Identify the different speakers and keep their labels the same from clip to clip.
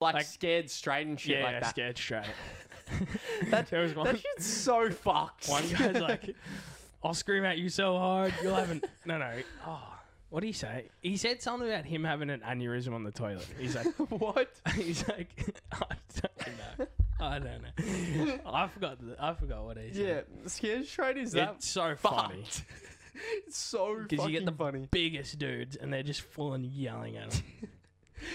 Speaker 1: Like,
Speaker 2: Like-
Speaker 1: scared straight and shit
Speaker 2: yeah,
Speaker 1: like that.
Speaker 2: scared straight.
Speaker 1: That-
Speaker 2: there was one.
Speaker 1: That shit's so fucked.
Speaker 2: One guy's like, I'll scream at you so hard, you'll have an. No, no. Oh, what did he say? He said something about him having an aneurysm on the toilet. He's like,
Speaker 1: what?
Speaker 2: he's like, I don't know. I don't know. I forgot. The, I forgot what he said.
Speaker 1: Yeah, scared straight is
Speaker 2: Yeah,
Speaker 1: that
Speaker 2: it's so funny
Speaker 1: fucked. it's so
Speaker 2: because
Speaker 1: fucking
Speaker 2: you get the
Speaker 1: funny.
Speaker 2: biggest dudes and they're just full and yelling at him.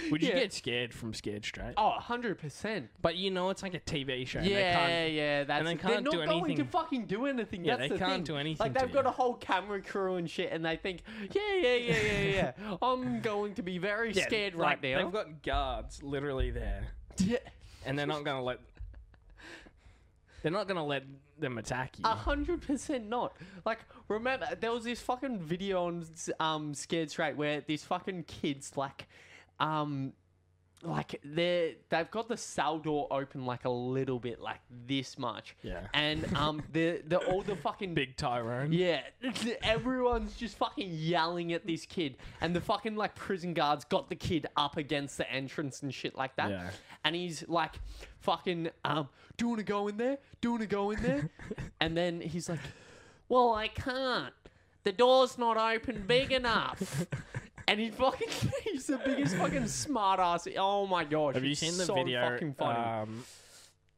Speaker 2: Would you
Speaker 1: Yeah.
Speaker 2: get scared from scared straight?
Speaker 1: Oh, 100%.
Speaker 2: But you know, it's like a TV show. and they
Speaker 1: Yeah,
Speaker 2: can't-
Speaker 1: yeah, that's
Speaker 2: and they
Speaker 1: the-
Speaker 2: can't
Speaker 1: they're
Speaker 2: do
Speaker 1: not going
Speaker 2: anything.
Speaker 1: to fucking do anything.
Speaker 2: Yeah,
Speaker 1: that's
Speaker 2: they
Speaker 1: the
Speaker 2: can't
Speaker 1: thing.
Speaker 2: do anything
Speaker 1: Like they've
Speaker 2: to
Speaker 1: got
Speaker 2: you.
Speaker 1: a whole camera crew and shit, and they think, yeah, yeah, yeah, yeah, yeah. I'm going to be very
Speaker 2: yeah,
Speaker 1: scared
Speaker 2: like,
Speaker 1: right now.
Speaker 2: They've got guards literally there.
Speaker 1: Yeah,
Speaker 2: and they're not gonna let they're not gonna let them attack you.
Speaker 1: a hundred percent not. Like, remember there was this fucking video on um Scared Straight where these fucking kids like, um. Like they they've got the cell door open like a little bit, like this much,
Speaker 2: Yeah.
Speaker 1: And um, the the all the fucking
Speaker 2: Big Tyrone.
Speaker 1: Yeah, everyone's just fucking yelling at this kid, and the fucking like prison guards got the kid up against the entrance and shit like that,
Speaker 2: Yeah.
Speaker 1: and he's like, fucking, um, do you want to go in there? Do you want to go in there? and then he's like, well, I can't. The door's not open big enough. And he fucking, he's the biggest fucking smartass. Oh my gosh.
Speaker 2: Have you
Speaker 1: it's
Speaker 2: seen the
Speaker 1: so
Speaker 2: video?
Speaker 1: fucking funny.
Speaker 2: Um,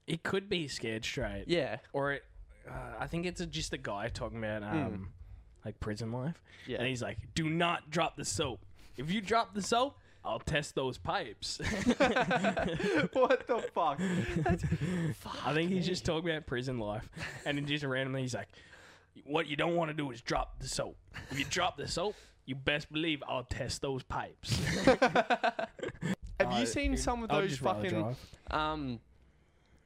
Speaker 2: it could be scared straight.
Speaker 1: yeah.
Speaker 2: Or it, uh, I think it's just a guy talking about um, like prison life.
Speaker 1: Hmm. Yeah.
Speaker 2: And he's like, "Do not drop the soap. If you drop the soap, I'll test those pipes."
Speaker 1: what the fuck? That's,
Speaker 2: I think he's just talking about prison life, and then just randomly he's like, "What you don't want to do is drop the soap. If you drop the soap, you best believe I'll test those pipes."
Speaker 1: have
Speaker 2: Uh,
Speaker 1: you seen some of
Speaker 2: I would
Speaker 1: those
Speaker 2: just rather
Speaker 1: fucking
Speaker 2: drive.
Speaker 1: um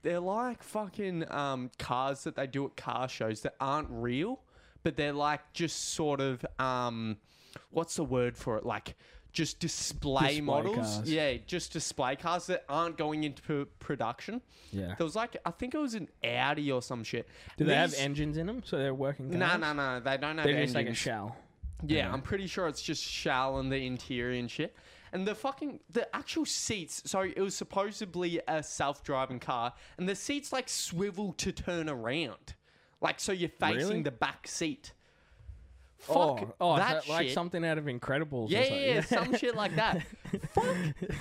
Speaker 1: they're like fucking um cars that they do at car shows that aren't real but they're like just sort of um what's the word for it like just display,
Speaker 2: Display
Speaker 1: models
Speaker 2: cars.
Speaker 1: yeah just display cars that aren't going into pro- production
Speaker 2: Yeah.
Speaker 1: there was like i think it was an audi or some shit
Speaker 2: Do they have engines in them so they're working?
Speaker 1: no
Speaker 2: cars?
Speaker 1: no no they don't have
Speaker 2: They're just like a
Speaker 1: engines.
Speaker 2: shell.
Speaker 1: Yeah, I'm pretty sure it's just shell and the interior and shit. And the fucking the actual seats. So it was supposedly a self-driving car, and the seats like swivel to turn around, like so you're facing
Speaker 2: Really?
Speaker 1: the back seat. Fuck
Speaker 2: Oh, oh, is
Speaker 1: that
Speaker 2: that like
Speaker 1: shit.
Speaker 2: something out of Incredibles.
Speaker 1: yeah,
Speaker 2: or
Speaker 1: yeah, yeah,
Speaker 2: something.
Speaker 1: some shit like that. Fuck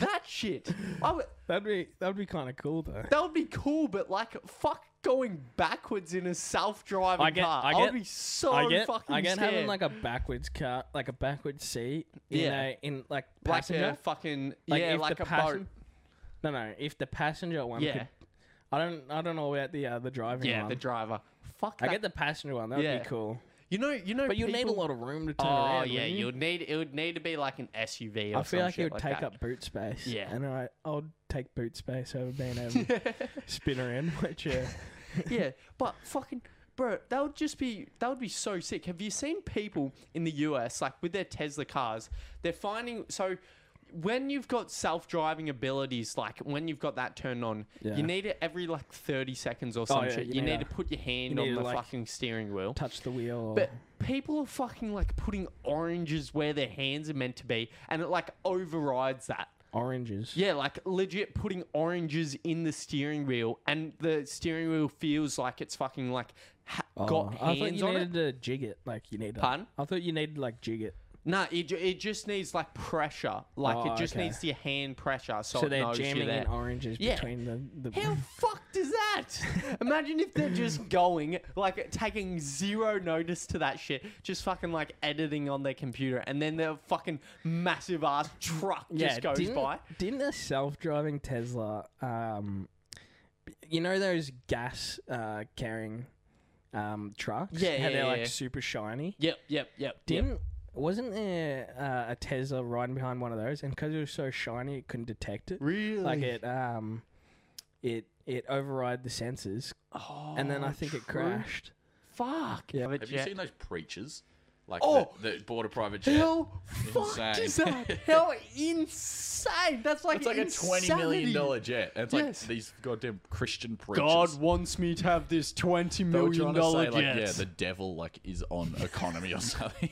Speaker 1: that shit. I would,
Speaker 2: that'd be that'd be kind of cool though.
Speaker 1: that would be cool, but like, fuck going backwards in a self-driving
Speaker 2: I get,
Speaker 1: car.
Speaker 2: I get,
Speaker 1: would be so
Speaker 2: I get,
Speaker 1: fucking
Speaker 2: I get
Speaker 1: scared.
Speaker 2: having like a backwards car, like a backwards seat. In
Speaker 1: Yeah.
Speaker 2: a, in like
Speaker 1: like
Speaker 2: passenger.
Speaker 1: a fucking
Speaker 2: Like,
Speaker 1: yeah,
Speaker 2: if
Speaker 1: like
Speaker 2: the
Speaker 1: a
Speaker 2: passen-
Speaker 1: boat.
Speaker 2: No, no. If the passenger one,
Speaker 1: Yeah.
Speaker 2: could, I don't, I don't know about the uh, the driving
Speaker 1: Yeah,
Speaker 2: one.
Speaker 1: the driver. Fuck
Speaker 2: I
Speaker 1: that.
Speaker 2: get the passenger one. That'd
Speaker 1: Yeah.
Speaker 2: be cool.
Speaker 1: you know, you know,
Speaker 2: But you need a
Speaker 1: people-
Speaker 2: lot of room to turn
Speaker 1: Oh
Speaker 2: around.
Speaker 1: yeah,
Speaker 2: wouldn't
Speaker 1: you? would need it would need to be like an SUV. Or
Speaker 2: I feel
Speaker 1: some
Speaker 2: like it
Speaker 1: shit
Speaker 2: would take
Speaker 1: that.
Speaker 2: up boot space.
Speaker 1: Yeah.
Speaker 2: and I, I'll take boot space over being able to spin around uh, my chair.
Speaker 1: yeah, but fucking bro, that would just be that would be so sick. Have you seen people in the US like with their Tesla cars? They're finding so when you've got self-driving abilities, like when you've got that turned on,
Speaker 2: Yeah. Oh,
Speaker 1: you need it every like thirty seconds or some
Speaker 2: yeah,
Speaker 1: shit.
Speaker 2: you
Speaker 1: You,
Speaker 2: need
Speaker 1: need to
Speaker 2: a-
Speaker 1: put your hand
Speaker 2: you need
Speaker 1: on
Speaker 2: to,
Speaker 1: the
Speaker 2: like,
Speaker 1: fucking steering wheel.
Speaker 2: Touch the wheel. Or,
Speaker 1: But people are fucking like putting oranges where their hands are meant to be, and it like overrides that.
Speaker 2: oranges.
Speaker 1: Yeah, like legit putting oranges in the steering wheel, and the steering wheel feels like it's fucking like ha- got
Speaker 2: Oh, I thought
Speaker 1: hands
Speaker 2: you
Speaker 1: on
Speaker 2: needed
Speaker 1: it.
Speaker 2: to jig it. Like you need. to-
Speaker 1: Pardon?
Speaker 2: I thought you needed like jig it.
Speaker 1: No, it, ju- it just needs like pressure. Like
Speaker 2: Oh,
Speaker 1: it just
Speaker 2: okay.
Speaker 1: needs your hand pressure. So,
Speaker 2: So
Speaker 1: it
Speaker 2: they're
Speaker 1: knows you're
Speaker 2: jamming
Speaker 1: there.
Speaker 2: in oranges
Speaker 1: Yeah.
Speaker 2: between the. the
Speaker 1: How fucked is that? Imagine if they're just going, like, taking zero notice to that shit, just fucking, like, editing on their computer, and then their fucking massive ass truck just goes
Speaker 2: didn't,
Speaker 1: by.
Speaker 2: Didn't a self-driving Tesla, um, you know those gas uh, carrying um, trucks?
Speaker 1: Yeah,
Speaker 2: How
Speaker 1: yeah,
Speaker 2: they're
Speaker 1: yeah,
Speaker 2: like
Speaker 1: yeah.
Speaker 2: super shiny.
Speaker 1: Yep, yep, yep. yep.
Speaker 2: Didn't wasn't there uh, a Tesla riding behind one of those? And because it was so shiny, it couldn't detect it.
Speaker 1: Really?
Speaker 2: Like it, um, it it override the sensors,
Speaker 1: Oh,
Speaker 2: and then I think it crashed.
Speaker 1: Fuck.
Speaker 2: Yeah.
Speaker 3: Have you seen those preachers? Like
Speaker 1: Oh!
Speaker 3: the, the board a private jet.
Speaker 1: How fucked
Speaker 3: Insane.
Speaker 1: is that? How insane! That's like
Speaker 3: It's like a twenty million dollar jet. And it's like
Speaker 1: Yes.
Speaker 3: these goddamn Christian preachers.
Speaker 1: God wants me to have this twenty
Speaker 3: They were
Speaker 1: million
Speaker 3: trying to
Speaker 1: dollar
Speaker 3: say, like,
Speaker 1: jet.
Speaker 3: yeah, the devil like is on economy or something.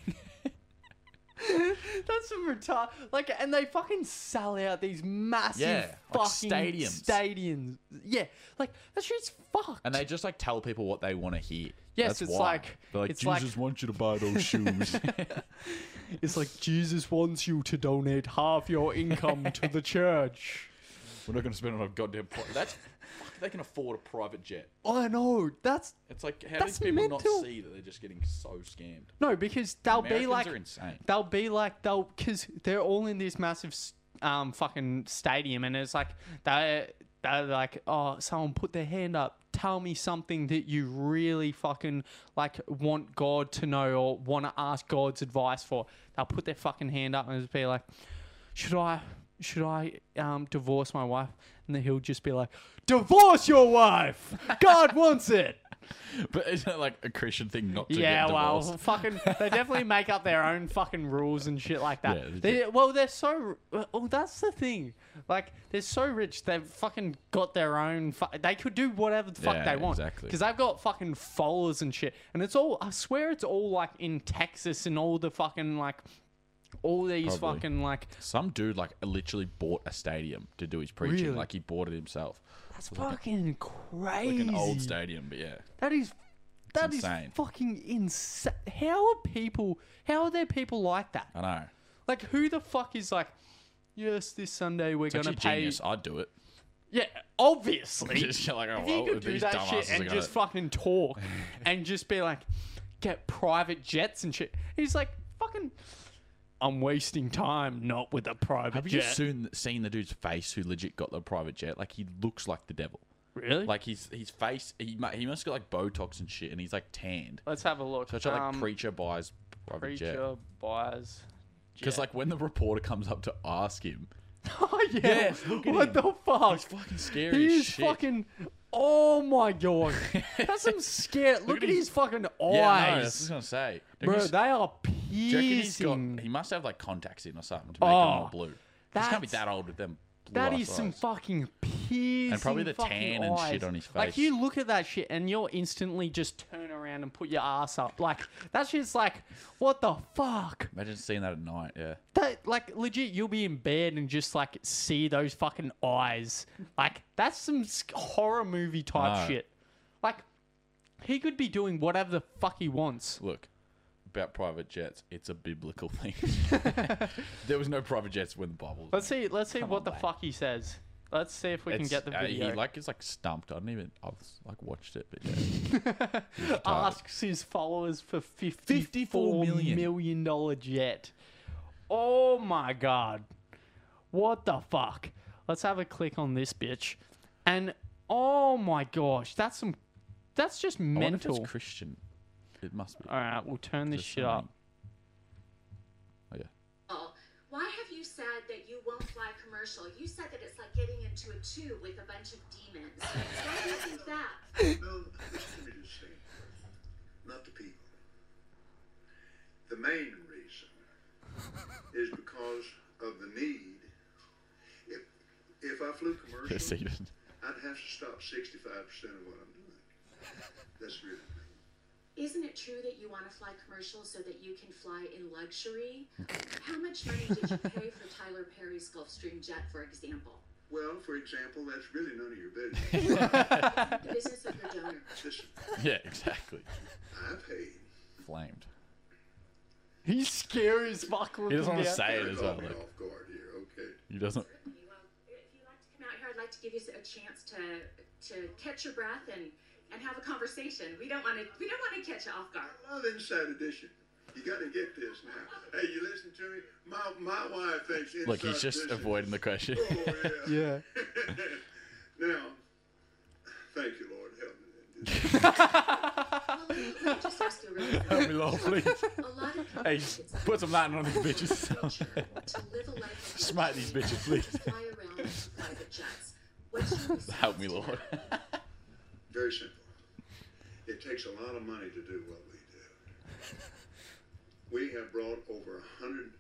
Speaker 1: That's some retard. Like, and they fucking sell out these massive
Speaker 3: Yeah, like
Speaker 1: fucking
Speaker 3: stadiums.
Speaker 1: Stadiums. Yeah, like that shit's fucked.
Speaker 3: And they just like tell people what they want to hear.
Speaker 1: Yes,
Speaker 3: That's
Speaker 1: it's
Speaker 3: why.
Speaker 1: like-
Speaker 3: They're like
Speaker 1: it's like-
Speaker 3: Jesus wants you to buy those shoes.
Speaker 1: it's like Jesus wants you to donate half your income to the church.
Speaker 3: We're not going to spend it on a goddamn. Pri- That's fuck, they can afford a private jet.
Speaker 1: I know. That's
Speaker 3: It's like how
Speaker 1: That's
Speaker 3: do people
Speaker 1: mental.
Speaker 3: not see that they're just getting so scammed?
Speaker 1: no, because they'll be
Speaker 3: Americans
Speaker 1: like
Speaker 3: are insane.
Speaker 1: they'll be like they'll because they're all in this massive s- um fucking stadium and it's like they they're like oh someone put their hand up tell me something that you really fucking like want god to know or want to ask god's advice for they'll put their fucking hand up and just be like should i should i um divorce my wife and then he'll just be like divorce your wife god wants it
Speaker 3: But is that like a Christian thing not to
Speaker 1: yeah,
Speaker 3: get
Speaker 1: well,
Speaker 3: divorced?
Speaker 1: fucking, they definitely make up their own fucking rules and shit like that.
Speaker 3: Yeah, they
Speaker 1: they, well, they're so. Well, that's the thing. Like, they're so rich. They've fucking got their own. Fu- they could do whatever the fuck
Speaker 3: Yeah,
Speaker 1: they want.
Speaker 3: exactly.
Speaker 1: Because they've got fucking followers and shit. And it's all. I swear, it's all like in Texas and all the fucking like. All these
Speaker 3: Probably.
Speaker 1: fucking like.
Speaker 3: Some dude like literally bought a stadium to do his preaching.
Speaker 1: Really?
Speaker 3: Like he bought it himself.
Speaker 1: That's fucking crazy.
Speaker 3: Like an old stadium, but yeah.
Speaker 1: That is that is
Speaker 3: insane.
Speaker 1: fucking insane. How are people? How are there people like that?
Speaker 3: I know.
Speaker 1: Like, who the fuck is like, yes, this Sunday we're
Speaker 3: It's
Speaker 1: going to
Speaker 3: actually
Speaker 1: pay.
Speaker 3: genius. I'd do it.
Speaker 1: Yeah, obviously.
Speaker 3: Just like, oh,
Speaker 1: if
Speaker 3: well,
Speaker 1: you could do
Speaker 3: these
Speaker 1: that shit
Speaker 3: dumbasses are
Speaker 1: and
Speaker 3: gonna-
Speaker 1: just fucking talk and just be like, get private jets and shit. He's like, fucking, I'm wasting time not with a private
Speaker 3: Have you
Speaker 1: jet.
Speaker 3: soon seen the dude's face who legit got the private jet? Like he looks like the devil.
Speaker 1: really?
Speaker 3: Like his his face, he mu- he must got like Botox and shit, and he's like tanned.
Speaker 1: Let's have a look.
Speaker 3: So it's like
Speaker 1: Um,
Speaker 3: preacher buys private jet.
Speaker 1: preacher buys.
Speaker 3: Because like when the reporter comes up to ask him,
Speaker 1: Oh yeah.
Speaker 3: Yes, look at
Speaker 1: what
Speaker 3: him.
Speaker 1: the fuck?
Speaker 3: he's fucking scary.
Speaker 1: He
Speaker 3: as
Speaker 1: is
Speaker 3: shit.
Speaker 1: fucking. Oh my god, that's some scare. Look, at his, fucking eyes.
Speaker 3: Yeah, I know, that's what I was gonna say. Do you
Speaker 1: Bro,
Speaker 3: reckon he's-
Speaker 1: they are
Speaker 3: do you reckon he's
Speaker 1: piercing.
Speaker 3: got? He must have like contacts in or something to make them
Speaker 1: Oh,
Speaker 3: all blue. He can't be
Speaker 1: that's-
Speaker 3: that old with them. Blue
Speaker 1: that
Speaker 3: ass
Speaker 1: is some
Speaker 3: eyes.
Speaker 1: fucking piercing.
Speaker 3: probably the
Speaker 1: fucking
Speaker 3: tan and
Speaker 1: eyes.
Speaker 3: shit on his
Speaker 1: Like
Speaker 3: face.
Speaker 1: you look at that shit and you'll instantly just turn around and put your ass up. Like that shit's like, what the fuck?
Speaker 3: Imagine seeing that at night. Yeah.
Speaker 1: That like legit, you'll be in bed and just like see those fucking eyes. Like that's some s- horror movie type
Speaker 3: know.
Speaker 1: shit. Like he could be doing whatever the fuck he wants.
Speaker 3: Look, about private jets, it's a biblical thing. there was no private jets when the Bible.
Speaker 1: Let's see. Let's see what
Speaker 3: on,
Speaker 1: the
Speaker 3: mate. uh,
Speaker 1: fuck he says. Let's see if we can get the video.
Speaker 3: he like is like stumped. I didn't even. I've like watched it, but yeah. He's retarded.
Speaker 1: asks his followers for fifty-four million
Speaker 3: million.
Speaker 1: million dollar jet. Oh my god, what the fuck? Let's have a click on this bitch, and oh my gosh, that's some, that's just
Speaker 3: I wonder if it's
Speaker 1: mental.
Speaker 3: Christian. It must be.
Speaker 1: All right, we'll turn this
Speaker 3: Just
Speaker 1: shit
Speaker 3: something.
Speaker 1: up.
Speaker 3: Oh yeah.
Speaker 4: Oh, Why have you said that you won't fly commercial? You said that it's like getting into a tube with a bunch of demons. Why do you think that?
Speaker 5: No, it's the industry, not the people. The main reason is because of the need. If, if I flew
Speaker 3: Yes,
Speaker 5: commercial,
Speaker 3: even.
Speaker 5: I'd have to stop 65% of what I'm doing. That's really
Speaker 4: Isn't it true that you want to fly commercial so that you can fly in luxury? How much money did you pay for Tyler Perry's Gulfstream jet, for example?
Speaker 5: Well, for example, that's really none of your business.
Speaker 4: The business of your donor.
Speaker 5: Listen,
Speaker 3: Yeah, exactly.
Speaker 5: I paid.
Speaker 3: Flamed.
Speaker 1: He's scary as fuck.
Speaker 3: He
Speaker 1: looking
Speaker 3: doesn't want to
Speaker 1: down.
Speaker 3: say it
Speaker 5: You're
Speaker 3: as well.
Speaker 5: caught me
Speaker 3: Like,
Speaker 5: off guard here, okay?
Speaker 3: he doesn't.
Speaker 4: Well, if you'd like to come out here, I'd like to give you a chance to to catch your breath and and have a conversation. We don't want to we don't want to catch you off guard.
Speaker 5: Love Inside Edition. You got to get this now. Hey, you listen to me? My, my wife thinks Inside
Speaker 3: Look, he's just
Speaker 5: Edition-
Speaker 3: avoiding the question.
Speaker 5: Oh, yeah.
Speaker 1: Yeah.
Speaker 5: now, thank you, Lord. Help me.
Speaker 4: Well, let me just ask you a really
Speaker 3: Help me, Lord, please.
Speaker 4: A lot of people
Speaker 3: Hey,
Speaker 4: think it's
Speaker 3: put some Latin on these bitches.
Speaker 4: future to live a life of
Speaker 3: Smite these
Speaker 4: luxury
Speaker 3: bitches,
Speaker 4: and
Speaker 3: please.
Speaker 4: just Fly around in private jets. What's your response
Speaker 3: Help me,
Speaker 4: to
Speaker 3: Lord.
Speaker 4: that?
Speaker 5: Very simple. It takes a lot of money to do what we do. We have brought over a hundred.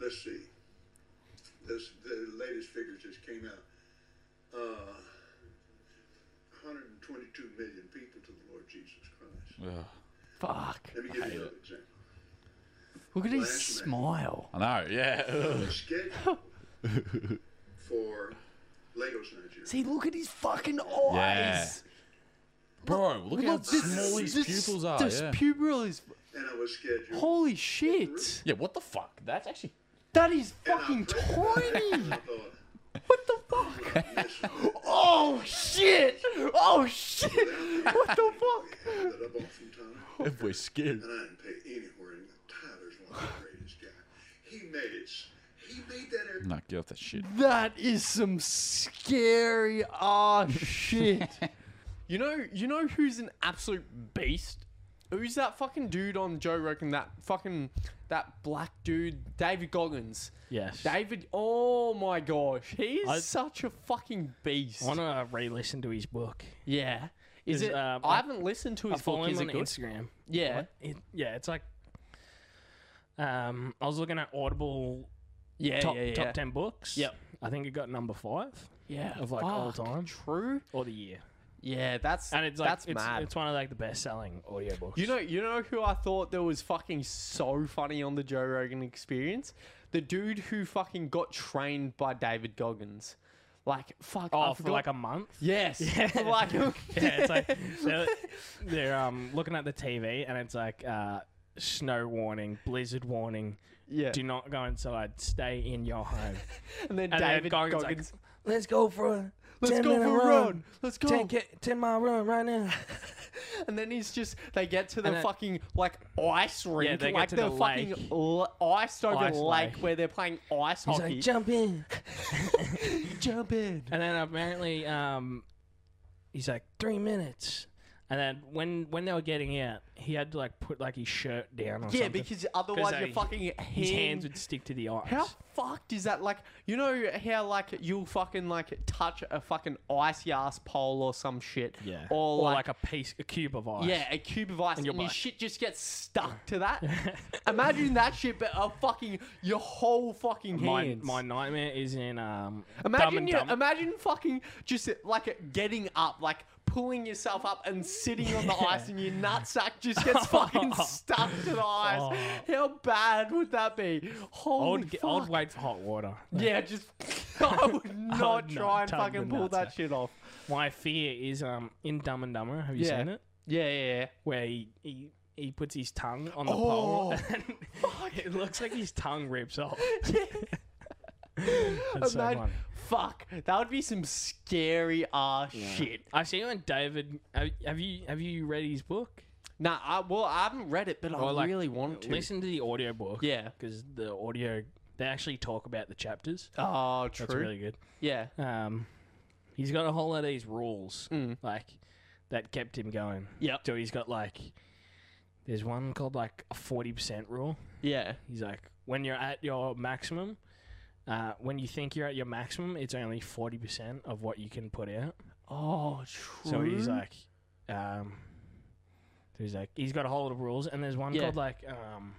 Speaker 5: Let's see. This the latest figures just came out. Uh, 122 million people to the Lord Jesus Christ.
Speaker 3: Ugh.
Speaker 1: Fuck.
Speaker 5: Let me give you
Speaker 3: hate
Speaker 5: another
Speaker 3: it.
Speaker 5: example.
Speaker 1: Look at his
Speaker 5: Last man.
Speaker 1: smile.
Speaker 3: I know, yeah. Ugh.
Speaker 5: scheduled for Lagos, Nigeria.
Speaker 1: See, look at his fucking
Speaker 3: Yeah.
Speaker 1: eyes.
Speaker 3: Bro, look, how
Speaker 1: Look, this,
Speaker 3: snowy his
Speaker 1: this-
Speaker 3: pupils are.
Speaker 1: This
Speaker 3: yeah.
Speaker 1: pupil is
Speaker 5: and I was scheduled.
Speaker 1: holy shit.
Speaker 3: yeah, what the fuck? That's actually.
Speaker 1: That is
Speaker 5: and I
Speaker 1: fucking
Speaker 5: prayed about it,
Speaker 1: tiny.
Speaker 5: and I thought,
Speaker 1: What the fuck?
Speaker 5: "Yes, Lord."
Speaker 1: Oh shit! Oh shit! What the fuck?
Speaker 5: I ended up off in time,
Speaker 3: If we're scared.
Speaker 5: and I didn't pay anywhere. And Tyler's one of the greatest guys. He made it. s- He made that. air-
Speaker 3: No, get off that shit.
Speaker 1: That is some scary ass shit. you know, you know who's an absolute beast? Who's that fucking dude on Joe Rogan? That fucking that black dude, David Goggins.
Speaker 2: Yes.
Speaker 1: David, oh my gosh, he's
Speaker 2: I-
Speaker 1: such a fucking beast.
Speaker 2: I want to re-listen to his book.
Speaker 1: yeah, is,
Speaker 2: Is,
Speaker 1: it?
Speaker 2: uh,
Speaker 1: I haven't listened to
Speaker 2: I
Speaker 1: his
Speaker 2: follow
Speaker 1: book.
Speaker 2: him
Speaker 1: Is
Speaker 2: on
Speaker 1: it good?
Speaker 2: Instagram.
Speaker 1: Yeah.
Speaker 2: What? It, yeah, it's like. Um, I was looking at Audible
Speaker 1: yeah,
Speaker 2: top,
Speaker 1: yeah, yeah,
Speaker 2: top ten books.
Speaker 1: Yep.
Speaker 2: I think it got number five
Speaker 1: yeah,
Speaker 2: of like all
Speaker 1: fuck,
Speaker 2: time
Speaker 1: True.
Speaker 2: or the year,
Speaker 1: Yeah, that's
Speaker 2: and it's like
Speaker 1: that's
Speaker 2: it's,
Speaker 1: mad.
Speaker 2: it's one of like the best selling audiobooks.
Speaker 1: You know, you know who I thought that was fucking so funny on the Joe Rogan Experience? The dude who fucking got trained by David Goggins. Like fuck,
Speaker 2: oh,
Speaker 1: I
Speaker 2: for
Speaker 1: forgot.
Speaker 2: like a month.
Speaker 1: yes, for like a-
Speaker 2: yeah, it's like they're, they're um, looking at the TV and it's like uh, snow warning, blizzard warning.
Speaker 1: yeah.
Speaker 2: Do not go inside. Stay in your home.
Speaker 1: and then
Speaker 2: And
Speaker 1: David
Speaker 2: then Goggins, like,
Speaker 1: Goggins,
Speaker 2: Let's go for a
Speaker 1: let's go for a run, let's go.
Speaker 2: ten mile run right now.
Speaker 1: And then he's just they get to the
Speaker 2: And then-
Speaker 1: fucking like ice rink,
Speaker 2: they get
Speaker 1: like
Speaker 2: to
Speaker 1: the,
Speaker 2: the
Speaker 1: fucking
Speaker 2: lake.
Speaker 1: l- iced over
Speaker 2: Ice
Speaker 1: lake,
Speaker 2: lake.
Speaker 1: where they're playing ice hockey.
Speaker 2: jump in.
Speaker 1: jump in.
Speaker 2: And then apparently, um, he's like three minutes. And then when when they were getting out, he had to like put like his shirt down. Or
Speaker 1: Yeah,
Speaker 2: something.
Speaker 1: because otherwise
Speaker 2: uh,
Speaker 1: your fucking
Speaker 2: his
Speaker 1: hand
Speaker 2: hands would stick to the ice.
Speaker 1: How fucked is that? Like, you know how like you'll fucking like touch a fucking icy ass pole or some shit.
Speaker 2: Yeah.
Speaker 1: Or,
Speaker 2: Or
Speaker 1: like,
Speaker 2: like, a piece, a cube of ice.
Speaker 1: yeah, a cube of ice, and,
Speaker 2: your
Speaker 1: your
Speaker 2: butt.
Speaker 1: shit just gets stuck to that. Imagine that shit, but a fucking your whole fucking
Speaker 2: My,
Speaker 1: hands.
Speaker 2: my nightmare is in um. Dumb
Speaker 1: imagine
Speaker 2: and
Speaker 1: you.
Speaker 2: Dumber.
Speaker 1: Imagine fucking just like getting up, like pulling yourself up and sitting on the ice, and your nutsack just gets fucking stuck to the ice. How bad would that be?
Speaker 2: Oh. I
Speaker 1: Holy
Speaker 2: would, get, I
Speaker 1: fuck.
Speaker 2: would wait for hot water.
Speaker 1: Yeah, just I would not
Speaker 2: no,
Speaker 1: try and
Speaker 2: tug
Speaker 1: fucking
Speaker 2: the
Speaker 1: pull
Speaker 2: nuts
Speaker 1: that
Speaker 2: out.
Speaker 1: shit off.
Speaker 2: My fear is um in Dumb and Dumber. Have you
Speaker 1: Yeah.
Speaker 2: seen it?
Speaker 1: Yeah, yeah, yeah.
Speaker 2: Where he, he he puts his tongue on the pole
Speaker 1: Oh.
Speaker 2: and it looks like his tongue rips off. That's so
Speaker 1: Imagine,
Speaker 2: funny.
Speaker 1: fuck, that would be some scary ass shit.
Speaker 2: I've seen when David. Have, have you have you read his book?
Speaker 1: Nah, I, well, I haven't read it, but I
Speaker 2: Or, like,
Speaker 1: really want to.
Speaker 2: Listen to the audio book.
Speaker 1: Yeah.
Speaker 2: because the audio they actually talk about the chapters.
Speaker 1: Oh, true.
Speaker 2: That's really good.
Speaker 1: yeah,
Speaker 2: Um, he's got a whole lot of these rules
Speaker 1: Mm.
Speaker 2: like that kept him going.
Speaker 1: Yep.
Speaker 2: So he's got like there's one called like a forty percent rule.
Speaker 1: yeah.
Speaker 2: He's like, when you're at your maximum, uh, when you think you're at your maximum, it's only 40% of what you can put out.
Speaker 1: Oh, true.
Speaker 2: So he's like, um, so he's like, he's got a whole lot of rules, and there's one
Speaker 1: Yeah.
Speaker 2: called like, um,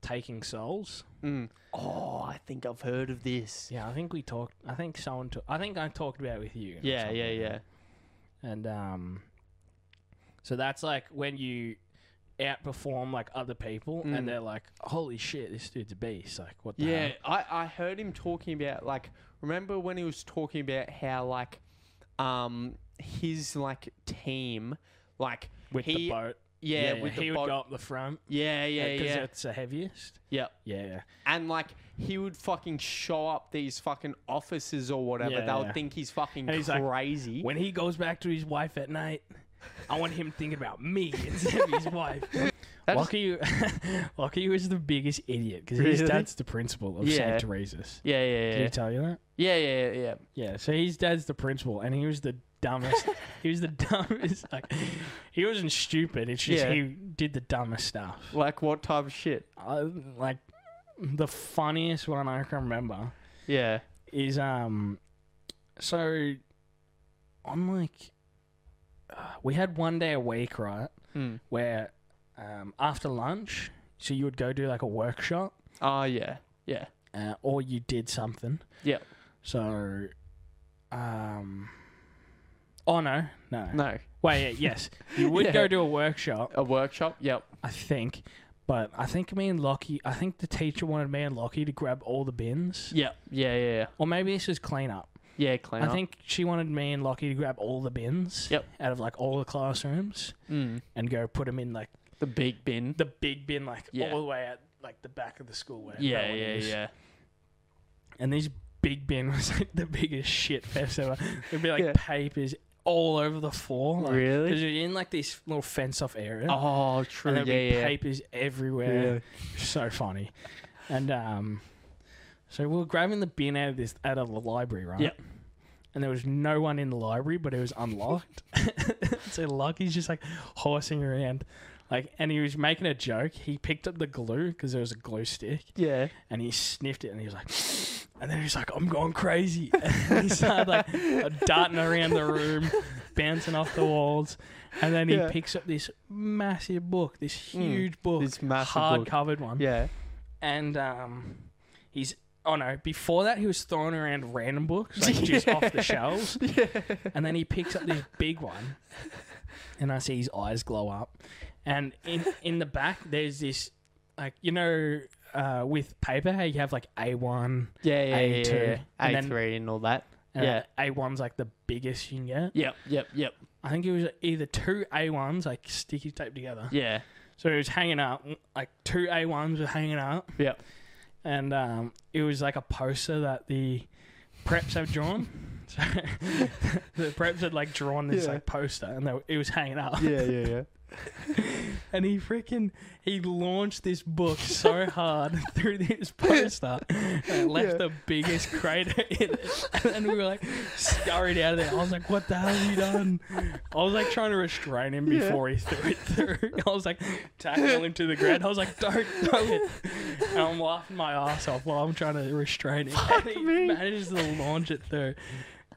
Speaker 2: taking souls.
Speaker 1: Mm. oh, I think I've heard of this.
Speaker 2: Yeah, I think we talked. I think someone. To, I think I talked about it with you. or
Speaker 1: Yeah,
Speaker 2: something.
Speaker 1: yeah, yeah.
Speaker 2: And um, so that's like when you outperform like other people, and they're like, "Holy shit, this dude's a beast!" Like, what? The
Speaker 1: Mm. Yeah,
Speaker 2: hell?
Speaker 1: I, I heard him talking about like remember when he was talking about how like um his like team like
Speaker 2: with
Speaker 1: he,
Speaker 2: the boat.
Speaker 1: Yeah, with
Speaker 2: he
Speaker 1: the
Speaker 2: would
Speaker 1: boat.
Speaker 2: go up the front.
Speaker 1: Yeah, yeah,
Speaker 2: because
Speaker 1: yeah.
Speaker 2: it's the heaviest.
Speaker 1: Yep.
Speaker 2: Yeah,
Speaker 1: And like he would fucking show up these fucking offices or whatever.
Speaker 2: Yeah,
Speaker 1: They'll
Speaker 2: yeah.
Speaker 1: think he's fucking
Speaker 2: And he's like,
Speaker 1: crazy.
Speaker 2: when he goes back to his wife at night, I want him thinking about me instead of his wife. Lucky, Lucky was the biggest idiot because his
Speaker 1: Really?
Speaker 2: dad's the principal of
Speaker 1: Yeah.
Speaker 2: St. Teresa's.
Speaker 1: yeah, yeah,
Speaker 2: Did
Speaker 1: yeah.
Speaker 2: he tell you that?
Speaker 1: yeah, yeah, yeah, yeah.
Speaker 2: Yeah, so his dad's the principal, and he was the dumbest. he was the dumbest. Like, he wasn't stupid. It's just
Speaker 1: Yeah.
Speaker 2: he did the dumbest stuff.
Speaker 1: Like what type of shit?
Speaker 2: I, like, the funniest one I can remember
Speaker 1: Yeah.
Speaker 2: is um so I'm like uh, we had one day a week right
Speaker 1: Mm.
Speaker 2: where um after lunch so you would go do like a workshop
Speaker 1: Oh yeah. Yeah.
Speaker 2: uh, or you did something
Speaker 1: Yeah.
Speaker 2: so um oh no no
Speaker 1: No.
Speaker 2: wait yeah, yes you would
Speaker 1: Yeah.
Speaker 2: go do a workshop
Speaker 1: A workshop? Yep.
Speaker 2: I think But I think me and Lockie, I think the teacher wanted me and Lockie to grab all the bins.
Speaker 1: Yeah, yeah, yeah, yeah.
Speaker 2: Or maybe this was clean up.
Speaker 1: Yeah, clean
Speaker 2: I
Speaker 1: up.
Speaker 2: think she wanted me and Lockie to grab all the bins
Speaker 1: Yep.
Speaker 2: out of like all the classrooms
Speaker 1: Mm.
Speaker 2: and go put them in like
Speaker 1: the big bin.
Speaker 2: the big bin, like
Speaker 1: Yeah.
Speaker 2: all the way at like the back of the school. Where
Speaker 1: yeah,
Speaker 2: no one
Speaker 1: yeah,
Speaker 2: is.
Speaker 1: yeah.
Speaker 2: And this big bin was like the biggest shit fest ever. There'd be like
Speaker 1: Yeah.
Speaker 2: papers all over the floor. Like,
Speaker 1: Really?
Speaker 2: 'cause you're in like this little fence off area.
Speaker 1: Oh, true.
Speaker 2: and there'd
Speaker 1: yeah,
Speaker 2: be
Speaker 1: yeah.
Speaker 2: papers everywhere. So funny. And um, so we were grabbing the bin out of this out of the library, right?
Speaker 1: Yep.
Speaker 2: And there was no one in the library, but it was unlocked. so Lucky's just like horsing around, like, and he was making a joke. He picked up the glue because there was a glue stick,
Speaker 1: Yeah.
Speaker 2: and he sniffed it, and he was like. And then he's like, I'm going crazy. And he started like darting around the room, bouncing off the walls. And then he
Speaker 1: Yeah. Mm.
Speaker 2: picks up this massive book, this huge book,
Speaker 1: this massive
Speaker 2: hard
Speaker 1: book.
Speaker 2: covered one.
Speaker 1: Yeah.
Speaker 2: And um, he's, oh no, before that, he was throwing around random books, like just off the shelves. And then he picks up this big one. And I see his eyes glow up. And in, in the back, there's this, like, you know, uh, with paper, how you have like A1.
Speaker 1: Yeah, yeah, yeah.
Speaker 2: A2,
Speaker 1: yeah.
Speaker 2: and then-
Speaker 1: A3 and all that.
Speaker 2: Yeah,
Speaker 1: yeah.
Speaker 2: A1's uh, like the biggest you can get.
Speaker 1: Yep, yep, yep.
Speaker 2: I think it was either two A1s like sticky taped together.
Speaker 1: Yeah,
Speaker 2: So it was hanging up, like two A1s were hanging up,
Speaker 1: yep.
Speaker 2: and um, it was like a poster that the preps have drawn. so the preps had like drawn this
Speaker 1: Yeah.
Speaker 2: like poster, and they were, it was hanging up.
Speaker 1: yeah, yeah.
Speaker 2: And he freaking he launched this book so hard through this poster and left
Speaker 1: Yeah.
Speaker 2: the biggest crater in it. And we were like scurried out of there. I was like, what the hell have you done? I was like trying to restrain him
Speaker 1: Yeah.
Speaker 2: before he threw it through. I was like tackling him to the ground. I was like, don't throw it. And I'm laughing my ass off while I'm trying to restrain him. and he
Speaker 1: me.
Speaker 2: manages to launch it through.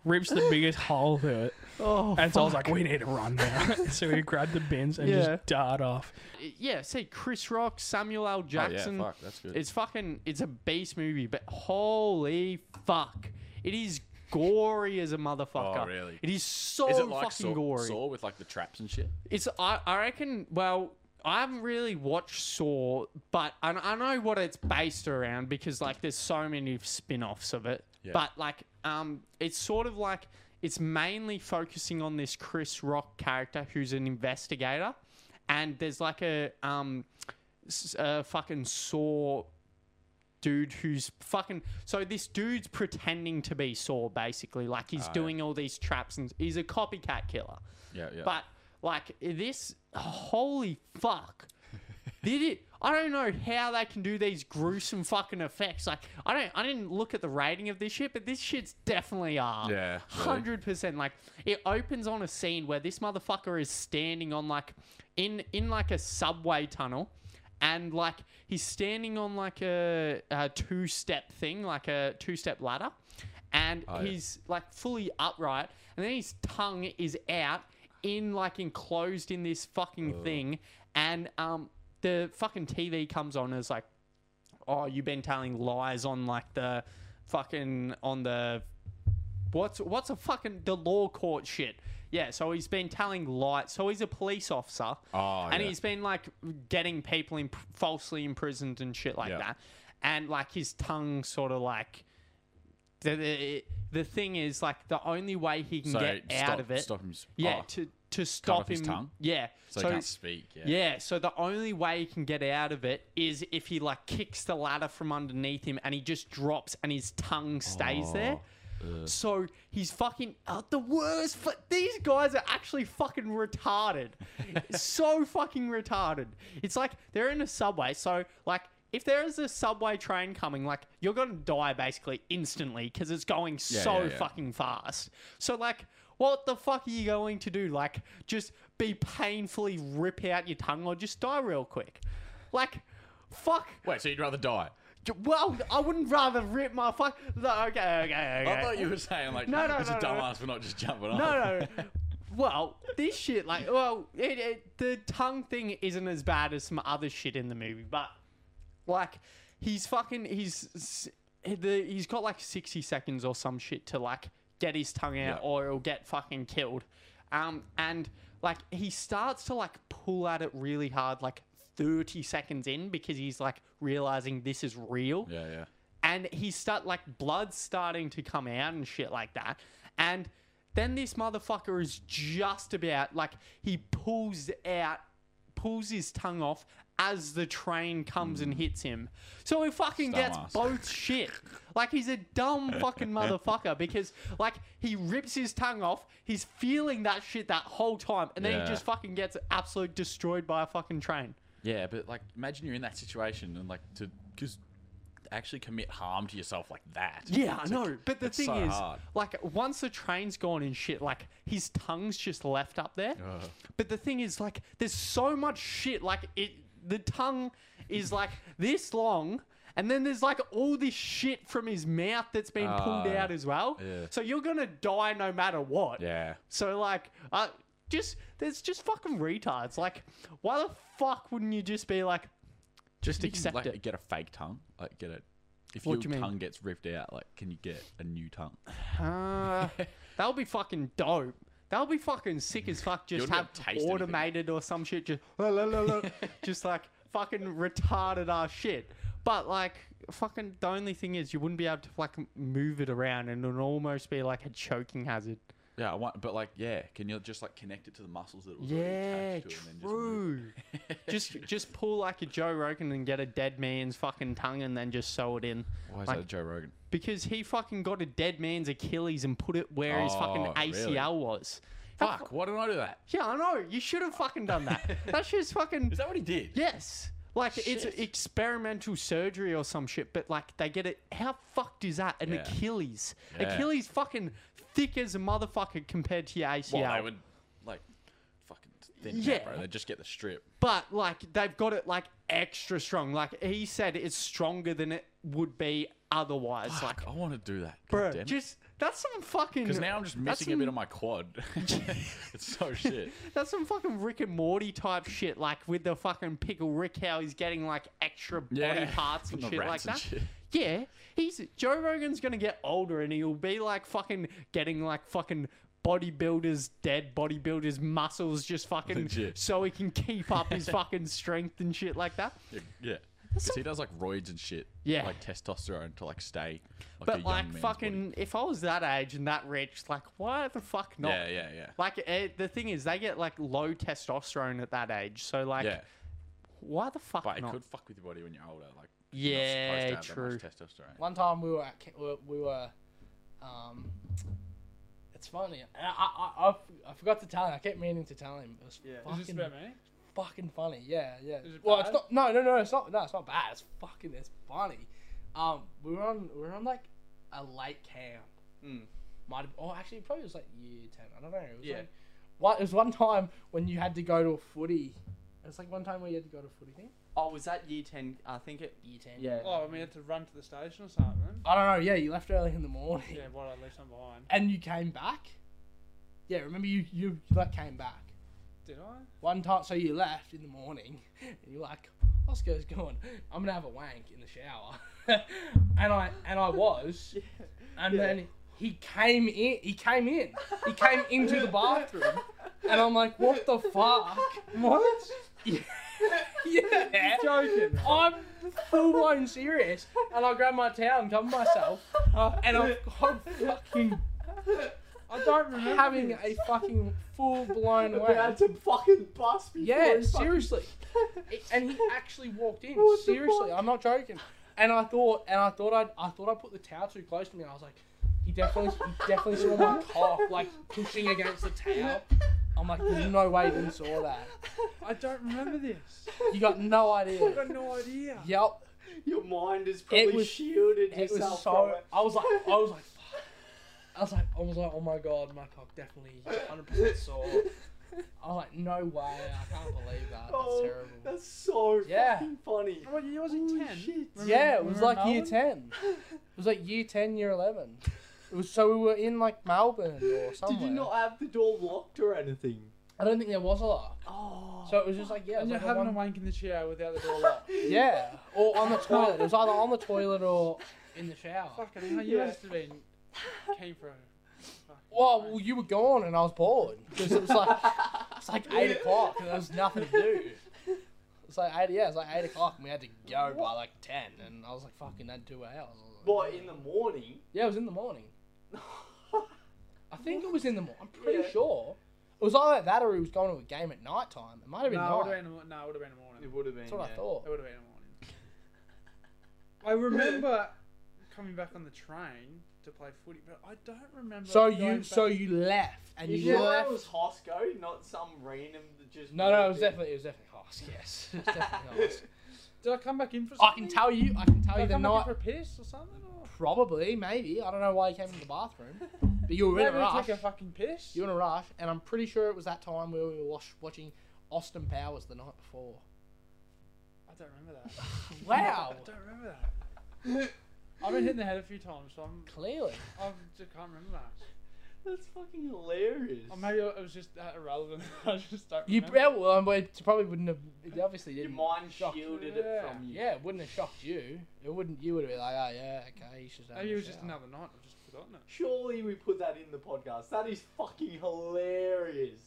Speaker 2: Rips the biggest hole through it.
Speaker 1: Oh,
Speaker 2: And so I was like, we need to run now. so we grabbed the bins and
Speaker 1: Yeah.
Speaker 2: just dart off.
Speaker 1: yeah. See, Chris Rock, Samuel L.
Speaker 3: Oh, yeah,
Speaker 1: Jackson.
Speaker 3: fuck, that's good.
Speaker 1: It's fucking. It's a beast movie, but holy fuck, it is gory as a motherfucker.
Speaker 3: Oh, really?
Speaker 1: It is so
Speaker 3: Is it like
Speaker 1: fucking
Speaker 3: Saw,
Speaker 1: gory.
Speaker 3: Saw with like the traps and shit?
Speaker 1: It's I, I reckon. Well, I haven't really watched Saw, but I, I know what it's based around because like there's so many spin-offs of it.
Speaker 3: Yeah.
Speaker 1: But like, um, it's sort of like it's mainly focusing on this Chris Rock character who's an investigator, and there's like a um, s- a fucking Saw dude who's fucking so this dude's pretending to be Saw basically like he's doing all these traps and he's a copycat killer
Speaker 3: Yeah, yeah.
Speaker 1: but like this, holy fuck! Did it? I don't know how they can do these gruesome fucking effects. Like I don't, I didn't look at the rating of this shit, but this shit's definitely uh, R.
Speaker 3: Yeah, really.
Speaker 1: hundred percent. Like it opens on a scene where this motherfucker is standing on like in in like a subway tunnel. And like he's standing on like a, a two-step thing, like a two-step ladder, and
Speaker 3: yeah.
Speaker 1: he's he's like fully upright, and then his tongue is out in like enclosed in this fucking thing, and um the fucking TV comes on and is like, oh, you've been telling lies on like the fucking on the what's what's a fucking the law court shit. Yeah, so he's been telling lies. So he's a police officer,
Speaker 3: Oh,
Speaker 1: and
Speaker 3: yeah.
Speaker 1: he's been like getting people imp- falsely imprisoned and shit like
Speaker 3: Yeah.
Speaker 1: that. And like his tongue sort of like the, the the thing is like the only way he can
Speaker 3: So,
Speaker 1: get
Speaker 3: stop-
Speaker 1: out of it.
Speaker 3: stop him s-
Speaker 1: Yeah,
Speaker 3: oh,
Speaker 1: to to stop
Speaker 3: off
Speaker 1: him.
Speaker 3: his tongue?
Speaker 1: Yeah.
Speaker 3: so, he can't speak. Yeah.
Speaker 1: Yeah, so the only way he can get out of it is if he like kicks the ladder from underneath him and he just drops and his tongue stays there. So he's fucking uh, the worst. Fu- These guys are actually fucking retarded. so fucking retarded. It's like they're in a subway. So like if there is a subway train coming, like you're gonna die basically instantly because it's going so
Speaker 3: yeah, yeah.
Speaker 1: fucking fast. So like, what the fuck are you going to do? Like, just be painfully rip out your tongue or just die real quick. Like, fuck.
Speaker 3: Wait, so you'd rather die?
Speaker 1: J- Well, I wouldn't rather rip my fuck. No, okay, okay, okay.
Speaker 3: I thought you were saying like,
Speaker 1: No,
Speaker 3: no,
Speaker 1: no,
Speaker 3: it's
Speaker 1: no,
Speaker 3: a
Speaker 1: no, no.
Speaker 3: dumbass for not just jumping off.
Speaker 1: no, no. Well, this shit, like, well, it, it, the tongue thing isn't as bad as some other shit in the movie, but like, he's fucking, he's s- the, he's got like sixty seconds or some shit to like get his tongue out,
Speaker 3: Yeah.
Speaker 1: or he'll get fucking killed. Um, and like he starts to like pull at it really hard, like 30 seconds in because he's like realizing this is real
Speaker 3: Yeah, yeah.
Speaker 1: and he start like blood's starting to come out and shit like that and then this motherfucker is just about like he pulls out pulls his tongue off as the train comes and hits him so he fucking gets
Speaker 3: Dumbass.
Speaker 1: both shit like he's a dumb fucking motherfucker because like he rips his tongue off he's feeling that shit that whole time and then
Speaker 3: Yeah.
Speaker 1: he just fucking gets absolutely destroyed by a fucking train
Speaker 3: Yeah, but like, imagine you're in that situation and like to because actually commit harm to yourself like that.
Speaker 1: Yeah, I
Speaker 3: It's
Speaker 1: know.
Speaker 3: like-
Speaker 1: But the
Speaker 3: it's
Speaker 1: thing
Speaker 3: so
Speaker 1: is,
Speaker 3: hard.
Speaker 1: like, once the train's gone and shit, like, his tongue's just left up there. But the thing is, like, there's so much shit. Like, it, the tongue is like this long. And then there's like all this shit from his mouth that's been pulled
Speaker 3: Ah,
Speaker 1: out as well.
Speaker 3: yeah.
Speaker 1: So you're gonna die no matter what.
Speaker 3: yeah,
Speaker 1: So like, uh, just there's just fucking retards. Like, why the fuck wouldn't you just be like, just
Speaker 3: You can,
Speaker 1: accept
Speaker 3: like,
Speaker 1: it?
Speaker 3: Get a fake tongue, like get it. If
Speaker 1: What do
Speaker 3: your
Speaker 1: you mean?
Speaker 3: tongue gets ripped out, like, can you get a new tongue?
Speaker 1: Uh, that would be fucking dope. That would be fucking sick as fuck. Just
Speaker 3: wouldn't
Speaker 1: have
Speaker 3: have taste anything.
Speaker 1: automated or some shit. Just la, la, la, la, just like fucking retarded ass shit. But like fucking the only thing is you wouldn't be able to like move it around and it'd almost be like a choking hazard.
Speaker 3: Yeah, I want, but like, yeah, can you just like connect it to the muscles that it was already
Speaker 1: Yeah,
Speaker 3: attached to, and then just move
Speaker 1: true. Just, just pull like a Joe Rogan and get a dead man's fucking tongue and then just sew it in.
Speaker 3: it? Why is
Speaker 1: Like,
Speaker 3: that Joe Rogan?
Speaker 1: Because he fucking got a dead man's Achilles and put it where his fucking
Speaker 3: Oh, really?
Speaker 1: ACL was. How
Speaker 3: Fuck! Why didn't I do that?
Speaker 1: Yeah, I know. You should have fucking done that. that shit's fucking.
Speaker 3: Is that what he did?
Speaker 1: yes. Like, it's
Speaker 3: Shit.
Speaker 1: experimental surgery or some shit, but like, they get it. How fucked is that? An
Speaker 3: Yeah.
Speaker 1: Achilles.
Speaker 3: Yeah.
Speaker 1: Achilles fucking thick as a motherfucker compared to your ACL.
Speaker 3: Well, they would like fucking thin yeah.
Speaker 1: Yeah.
Speaker 3: bro. They just get the strip.
Speaker 1: But like, they've got it like extra strong. Like, he said it's stronger than it would be otherwise.
Speaker 3: Fuck!
Speaker 1: like,
Speaker 3: I want to do that.
Speaker 1: bro,
Speaker 3: God damn it.
Speaker 1: just. That's some fucking.
Speaker 3: Because now I'm just
Speaker 1: that's
Speaker 3: missing a bit
Speaker 1: some-
Speaker 3: of my quad. it's so shit.
Speaker 1: That's some fucking Rick and Morty type shit, like with the fucking pickle Rick, how he's getting like extra body
Speaker 3: Yeah,
Speaker 1: parts
Speaker 3: from
Speaker 1: and
Speaker 3: the
Speaker 1: shit like
Speaker 3: rats and
Speaker 1: that.
Speaker 3: shit.
Speaker 1: Yeah, he's Joe Rogan's gonna get older and he'll be like fucking getting like fucking bodybuilders, dead bodybuilders muscles, just fucking
Speaker 3: Legit.
Speaker 1: so he can keep up his fucking strength and shit like that.
Speaker 3: Yeah, yeah. 'Cause he does like roids and shit.
Speaker 1: Yeah.
Speaker 3: like testosterone to like stay. Like a
Speaker 1: But
Speaker 3: young
Speaker 1: like
Speaker 3: man's
Speaker 1: fucking,
Speaker 3: body.
Speaker 1: if I was that age and that rich, like why the fuck not?
Speaker 3: Yeah, yeah, yeah.
Speaker 1: Like eh, the thing is, they get like low testosterone at that age, so like
Speaker 3: yeah,
Speaker 1: why the fuck
Speaker 3: but it
Speaker 1: not?
Speaker 3: could fuck with your body when you're older. Like
Speaker 1: Yeah,
Speaker 3: you're not supposed to have
Speaker 1: true.
Speaker 3: That much testosterone.
Speaker 6: One time we were at, ca- we were- we were, um, it's funny. I, I, I, I f- I forgot to tell him. I kept meaning to tell him. It was
Speaker 2: Is this
Speaker 6: fucking,
Speaker 2: about me?
Speaker 6: fucking funny. Yeah, yeah.
Speaker 2: it
Speaker 6: well,
Speaker 2: bad?
Speaker 6: it's not. No, no, no. It's not. No, it's not bad. It's fucking. It's funny. Um, we were on. We were on like a late camp. Might have. Oh, actually, probably it was like year ten. I don't know. It was
Speaker 2: Hmm. Yeah.
Speaker 6: Like, one, it was one time when you had to go to a footy. It was like one time where you had to go to a footy thing.
Speaker 1: Oh, was that year 10? I think it.
Speaker 6: Year ten.
Speaker 1: Yeah.
Speaker 2: Oh, I mean, I had to run to the station or something.
Speaker 6: I don't know. Yeah, you left early in the morning.
Speaker 2: Yeah, what I left some behind.
Speaker 6: and you came back. Yeah, remember you you like came back
Speaker 2: Did I?
Speaker 6: one time. So you left in the morning, and you're like, Oscar's gone. I'm gonna have a wank in the shower, and I and I was, and then he came in. He came in. He came into the bathroom, and I'm like, what the fuck?
Speaker 2: What?
Speaker 6: yeah.
Speaker 2: Joking.
Speaker 6: I'm full blown serious, and I grab my towel and cover myself, and I'm, I'm fucking
Speaker 2: I don't remember.
Speaker 6: having
Speaker 2: this.
Speaker 6: a fucking full blown
Speaker 1: We had
Speaker 6: wank.
Speaker 1: to fucking bust before
Speaker 6: Yeah,
Speaker 1: he fucking-
Speaker 6: seriously. and he actually walked in.
Speaker 1: What the
Speaker 6: seriously,
Speaker 1: fuck?
Speaker 6: I'm not joking. And I thought, and I thought I, I thought I put the towel too close to me. And I was like, he definitely, he definitely saw my cock like pushing against the towel. I'm like, there's no way he didn't saw that.
Speaker 2: I don't remember this.
Speaker 6: You got no
Speaker 2: I
Speaker 6: idea.
Speaker 2: got no idea.
Speaker 6: Yep,
Speaker 1: Your mind is probably
Speaker 6: was-
Speaker 1: shielded
Speaker 6: it was
Speaker 1: yourself
Speaker 6: so. I was like, I was like, fuck. I was like, I was like, oh my god, my cock definitely 100% saw. I was like, no way, I can't believe that. That's
Speaker 1: Oh,
Speaker 6: terrible.
Speaker 1: That's so
Speaker 6: Yeah.
Speaker 1: fucking funny.
Speaker 2: What year was in
Speaker 1: Holy
Speaker 2: ten?
Speaker 1: shit.
Speaker 2: Remember-
Speaker 6: Yeah, it
Speaker 2: we
Speaker 6: was
Speaker 2: were in
Speaker 6: like year
Speaker 2: Melbourne?
Speaker 6: ten. It was like year ten, year eleven. It was so we were in like Melbourne or somewhere.
Speaker 1: Did you not have the door locked or anything?
Speaker 6: I don't think there was a lock.
Speaker 1: Oh.
Speaker 6: So it was just like yeah, it
Speaker 2: And you're
Speaker 6: was like a
Speaker 2: having a
Speaker 6: one-
Speaker 2: wank in the chair without the door locked.
Speaker 6: yeah, or on the toilet. It was either on the toilet or in the shower.
Speaker 2: Fucking hell, you
Speaker 1: Yeah.
Speaker 2: must have been came for a fucking
Speaker 6: Well,
Speaker 2: wank.
Speaker 6: well, you were gone and I was bored because it was like it's like eight o'clock and there was nothing to do. It's like eight. Yeah, it was like eight o'clock, and we had to go by like ten. And I was like, "Fucking, had two hours." I was like,
Speaker 7: What in the morning?
Speaker 6: Yeah, it was in the morning. I think it was in the morning. I'm pretty sure. It was either that or he was going to a game at night time. It might have been
Speaker 7: No, it would
Speaker 6: night.
Speaker 7: have been, no, it would have been a morning.
Speaker 3: It would have been.
Speaker 6: That's what
Speaker 3: yeah.
Speaker 6: I thought.
Speaker 7: It would have been a morning. I remember coming back on the train to play footy, but I don't remember.
Speaker 6: So
Speaker 7: going
Speaker 6: you
Speaker 7: back-
Speaker 6: so you left and
Speaker 3: You
Speaker 6: you
Speaker 3: sure
Speaker 6: left.
Speaker 3: that was Hosco, not some random that just.
Speaker 6: No, no, it
Speaker 3: walked
Speaker 6: was
Speaker 3: in?
Speaker 6: definitely it was definitely Haas. Yes, it was definitely Haas.
Speaker 7: Did I come back in for
Speaker 6: I
Speaker 7: something?
Speaker 6: can tell you. I can tell
Speaker 7: Did I
Speaker 6: you the
Speaker 7: come back
Speaker 6: night.
Speaker 7: in for a piss or something? Or?
Speaker 6: Probably, maybe. I don't know why you came in the bathroom, but you were in a
Speaker 7: Maybe
Speaker 6: rush.
Speaker 7: take a fucking piss.
Speaker 6: You were in a rush, and I'm pretty sure it was that time where we were wash, watching Austin Powers the night before.
Speaker 7: I don't remember that.
Speaker 6: Wow.
Speaker 7: I don't remember that. I've been hit in the head a few times, so I'm
Speaker 6: Clearly.
Speaker 7: I just can't remember that.
Speaker 3: That's fucking hilarious.
Speaker 7: Or maybe it was just that irrelevant. I just don't.
Speaker 6: You
Speaker 7: remember.
Speaker 6: yeah, well, but it probably wouldn't have. It obviously
Speaker 3: Your
Speaker 6: didn't.
Speaker 3: mind
Speaker 6: shock-
Speaker 3: shielded it
Speaker 7: Yeah.
Speaker 3: from you.
Speaker 6: Yeah, it wouldn't have shocked you. It wouldn't. You would have been like, oh yeah, okay, you should. have
Speaker 7: Maybe
Speaker 6: a
Speaker 7: it was just
Speaker 6: shower."
Speaker 7: another night. I've just forgotten it.
Speaker 3: Surely we put that in the podcast. That is fucking hilarious.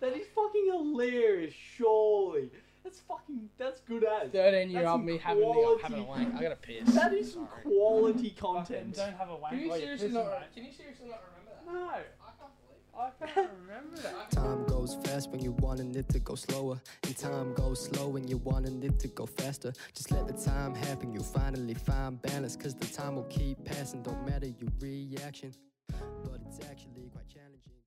Speaker 3: That is fucking hilarious. Surely. That's fucking. That's good as.
Speaker 6: Thirteen year
Speaker 3: That's
Speaker 6: old
Speaker 3: some
Speaker 6: me having the, having a
Speaker 3: quality-
Speaker 6: wank. I gotta piss.
Speaker 3: That is some quality
Speaker 7: Fucking
Speaker 3: content.
Speaker 7: don't have a wank.
Speaker 6: Can you
Speaker 7: while you're
Speaker 6: seriously
Speaker 7: pissing,
Speaker 6: not?
Speaker 7: mate.
Speaker 6: Can you seriously not remember that?
Speaker 7: No,
Speaker 6: I can't believe. it.
Speaker 7: I can't remember that.
Speaker 1: Time goes fast when you're wanting it to go slower, and time goes slow when you're wanting it to go faster. Just let the time happen, you'll finally find balance, cause the time will keep passing, don't matter your reaction, but it's actually quite challenging.